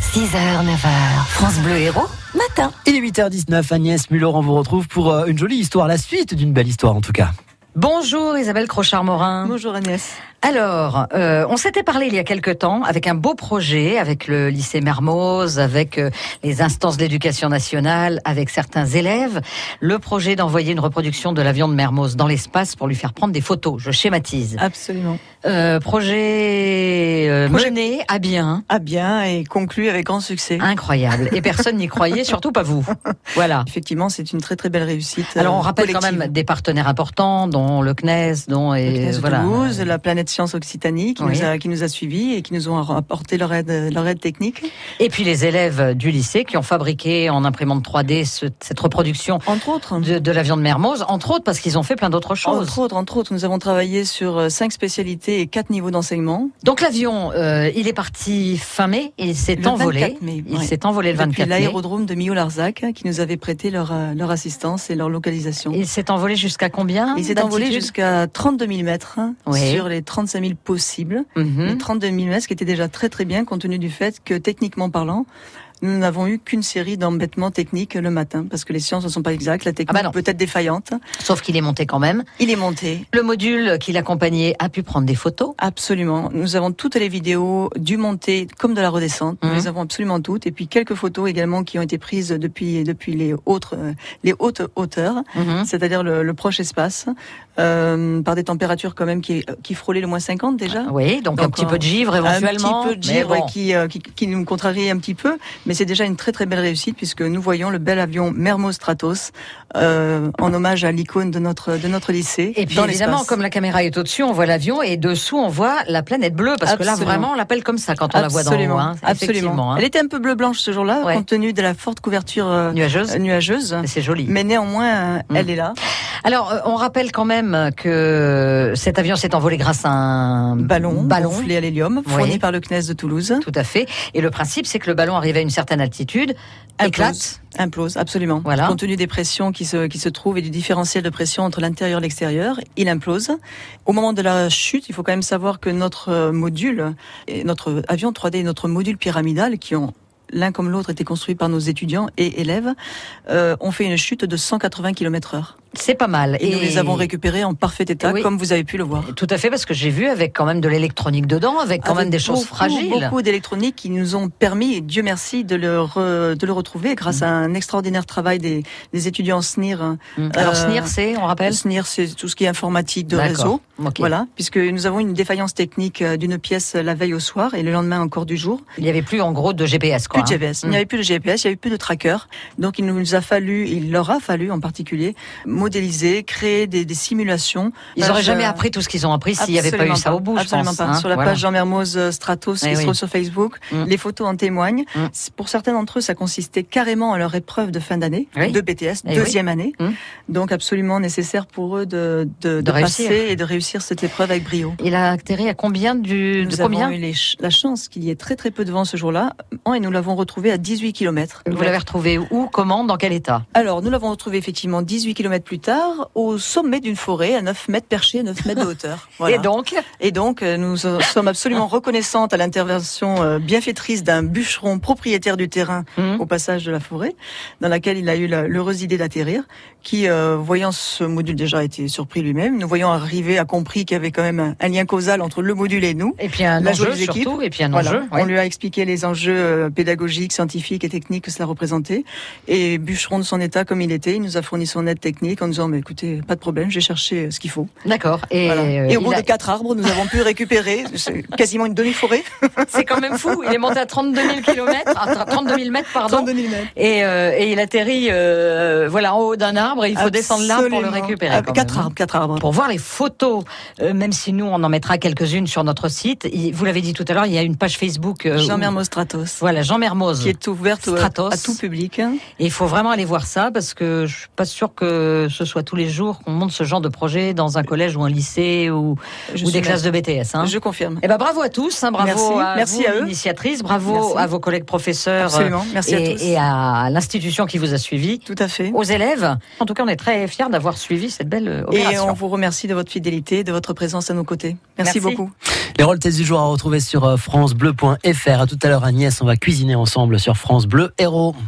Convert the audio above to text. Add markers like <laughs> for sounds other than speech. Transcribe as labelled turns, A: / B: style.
A: 6h, 9h, France Bleu Héros, matin.
B: Il est 8h19, Agnès Muller, on vous retrouve pour euh, une jolie histoire, la suite d'une belle histoire en tout cas.
A: Bonjour Isabelle Crochard-Morin.
C: Bonjour Agnès.
A: Alors, euh, on s'était parlé il y a quelque temps avec un beau projet, avec le lycée Mermoz, avec euh, les instances d'éducation nationale, avec certains élèves. Le projet d'envoyer une reproduction de l'avion de Mermoz dans l'espace pour lui faire prendre des photos. Je schématise.
C: Absolument.
A: Euh, projet, euh,
C: Projet-
A: mené à bien.
C: Ah bien, et conclu avec grand succès.
A: Incroyable. Et personne n'y croyait, surtout pas vous. Voilà.
C: Effectivement, c'est une très très belle réussite.
A: Alors on
C: euh,
A: rappelle quand
C: collective.
A: même des partenaires importants, dont le CNES, dont et
C: Le CNES de
A: voilà.
C: Toulouse, la planète science Occitanie qui,
A: Oui.
C: nous a, qui nous a suivis et qui nous ont apporté leur aide, leur aide technique.
A: Et puis les élèves du lycée qui ont fabriqué en imprimante 3D ce- cette reproduction
C: Entre autres,
A: de, de l'avion de Mermoz, entre autres parce qu'ils ont fait plein d'autres choses.
C: entre autres, entre autres, nous avons travaillé sur euh, cinq spécialités et quatre niveaux d'enseignement.
A: Donc l'avion, euh, il est parti fin mai, il s'est
C: Le
A: envolé.
C: 24 mai,
A: Il
C: ouais.
A: s'est envolé le
C: Depuis
A: 24 mai.
C: l'aérodrome de Millau-Larzac qui nous avait prêté leur, euh, leur assistance et leur localisation.
A: Il s'est envolé jusqu'à combien
C: Il s'est envolé
A: d'altitude
C: jusqu'à 32 000 mètres hein,
A: Oui.
C: sur les 35 000 possibles.
A: Mhm.
C: Les 32 000 mètres, ce qui était déjà très très bien compte tenu du fait que techniquement parlant, nous n'avons eu qu'une série d'embêtements techniques le matin parce que les sciences ne sont pas exactes, la
A: Ah
C: technique
A: bah non.
C: peut être défaillante.
A: Sauf qu'il est monté quand même.
C: Il est monté.
A: Le module qui l'accompagnait a pu prendre des photos.
C: Absolument. Nous avons toutes les vidéos du monté comme de la redescente. Nous
A: Mhm.
C: les avons absolument toutes. Et puis quelques photos également qui ont été prises depuis, depuis les, autres, euh, les hautes hauteurs,
A: Mhm.
C: c'est-à-dire le, le proche espace, euh, par des températures quand même qui, qui frôlaient le moins 50 déjà.
A: Oui, donc, un
C: Donc,
A: petit
C: on-
A: peu de givre éventuellement.
C: Un petit peu de
A: mais
C: givre
A: bon.
C: qui, euh, qui, qui nous contrarie un petit peu, mais c'est déjà une très très belle réussite puisque nous voyons le bel avion Mermoz Stratos euh, en hommage à l'icône de notre de notre lycée.
A: Et puis
C: dans
A: évidemment,
C: l'espace.
A: comme la caméra est au-dessus, on voit l'avion et dessous on voit la planète bleue parce que là
C: Absolument.
A: vraiment on l'appelle comme ça quand on la voit d'en
C: absolument,
A: haut. hein.
C: absolument.
A: Effectivement, hein.
C: Elle était un peu bleu blanche ce jour-là
A: Ouais.
C: compte tenu de la forte couverture euh,
A: nuageuse.
C: nuageuse,
A: mais C'est joli.
C: mais néanmoins euh,
A: Mm.
C: elle est là.
A: Alors, euh, on rappelle quand même que cet avion s'est envolé grâce à un
C: Ballon,
A: ballon.
C: gonflé à l'hélium,
A: Oui.
C: fourni par le CNES de Toulouse.
A: Tout à fait. Et le principe, c'est que le ballon arrivé à une certaine altitude,
C: Implose.
A: éclate.
C: Implose, absolument.
A: Voilà.
C: Compte tenu des pressions qui se, qui se trouvent et du différentiel de pression entre l'intérieur et l'extérieur, il implose. Au moment de la chute, il faut quand même savoir que notre euh, module, et notre avion 3D et notre module pyramidal, qui ont l'un comme l'autre été construits par nos étudiants et élèves, euh, ont fait une chute de 180 km heure.
A: C'est pas mal.
C: Et, nous les avons récupérés en parfait état,
A: Oui.
C: comme vous avez pu le voir.
A: Tout à fait, parce que j'ai vu avec quand même de l'électronique dedans, avec quand même
C: Avec
A: des choses
C: beaucoup,
A: fragiles.
C: Beaucoup d'électroniques qui nous ont permis, et Dieu merci, de le, re- de le retrouver grâce à un extraordinaire travail des, des étudiants SNIR hein,
A: Mm. Alors,
C: Euh,
A: SNIR, c'est, on rappelle
C: Le SNIR, c'est tout ce qui est informatique de
A: D'accord.
C: réseau.
A: Ok.
C: euh, Voilà, puisque nous avons une défaillance technique euh, d'une pièce euh, la veille au soir et le lendemain encore du jour.
A: Il n'y avait plus en gros de GPS. Quoi,
C: Plus de
A: hein.
C: GPS. Il
A: Mm.
C: n'y avait plus de GPS, il n'y avait plus de tracker. Donc il nous a fallu, il leur a fallu en particulier, modéliser, créer des, des simulations.
A: Ils
C: Page,
A: n'auraient jamais
C: euh,
A: appris tout ce qu'ils ont appris s'il n'y avait pas eu
C: absolument
A: ça au bout,
C: Absolument
A: je pense.
C: pas.
A: hein.
C: Sur la
A: Voilà.
C: page Jean Mermoz euh, Stratos
A: Eh
C: qui se
A: oui.
C: trouve sur Facebook,
A: Mm.
C: les photos en témoignent.
A: Mm.
C: C'est- Pour certains d'entre eux, ça consistait carrément à leur épreuve de fin d'année,
A: Oui.
C: de BTS,
A: Eh
C: deuxième année.
A: Mm.
C: Donc absolument nécessaire pour eux de, de, de,
A: De réussir.
C: passer et de réussir cette épreuve avec brio.
A: Il a atterri à combien du, de
C: Nous
A: combien
C: avons eu les ch- la chance qu'il y ait très très peu de vent ce jour-là, hein, et nous l'avons retrouvé à 18 km.
A: Vous l'avez retrouvé où, comment, dans quel état
C: Alors, nous l'avons retrouvé effectivement 18 km plus tard, au sommet d'une forêt, à 9 mètres perché, à 9 mètres de
A: <laughs>
C: hauteur. Voilà.
A: Et donc,
C: Et donc, euh, nous en sommes absolument reconnaissantes à l'intervention euh, bienfaitrice d'un bûcheron propriétaire du terrain
A: Hmm.
C: au passage de la forêt, dans laquelle il a eu la- l'heureuse idée d'atterrir, qui, euh, voyant ce module déjà, a été surpris lui-même. Nous voyant arriver, a compris qu'il y avait quand même un- un lien causal entre le module et nous.
A: et puis un
C: La
A: enjeu
C: jolie équipe.
A: surtout, et puis un
C: Voilà.
A: enjeu.
C: On
A: ouais.
C: lui a expliqué les enjeux euh, pédagogiques, scientifiques et techniques que cela représentait. Et Bûcheron, de son état comme il était, il nous a fourni son aide technique en disant, mais écoutez, pas de problème, j'ai cherché euh, ce qu'il faut.
A: D'accord. Et,
C: Voilà.
A: euh,
C: Et au
A: il
C: bout
A: a-
C: de quatre arbres, nous avons pu récupérer c'est quasiment une demi-forêt.
A: <laughs> c'est quand même fou. Il est monté à 32 000 km, à 32 000 mètres, pardon.
C: 32 000 mètres.
A: Et, euh, et il atterrit euh, voilà, en haut d'un arbre et il faut descendre l'arbre pour le
C: Absolument.
A: récupérer.
C: Ah,
A: quand
C: Quatre
A: même, hein.
C: arbres, quatre arbres.
A: Pour voir les photos, euh, même si nous on en mettra quelques-unes sur notre site, il- vous l'avez dit tout à l'heure, il y a une page Facebook. euh,
C: Jean
A: où-
C: Mermoz Stratos,
A: Voilà, Jean Mermoz.
C: qui est ouverte au-
A: Stratos.
C: à tout public. hein.
A: Et il faut vraiment aller voir ça parce que je suis pas sûre que ce soit tous les jours qu'on monte ce genre de projet dans un collège ou un lycée ou,
C: Je
A: ou
C: suis
A: des classes de BTS. Hein.
C: Je confirme.
A: Eh ben bravo à tous, hein, bravo
C: Merci,
A: à
C: merci
A: vous,
C: à eux.
A: initiatrice, bravo
C: Merci.
A: à vos collègues professeurs euh,
C: Absolument. Merci
A: et,
C: à tous.
A: et à l'institution qui vous a suivi,
C: Tout à fait.
A: aux élèves. En tout cas, on est très fiers d'avoir suivi cette belle
C: Et
A: opération.
C: on vous remercie de votre fidélité, de votre présence à nos côtés. Merci,
A: Merci.
C: beaucoup.
B: Les rôles tests du jour à retrouver sur euh, francebleu.fr. À tout à l'heure, Agnès, on va cuisiner ensemble sur France Bleu Héros.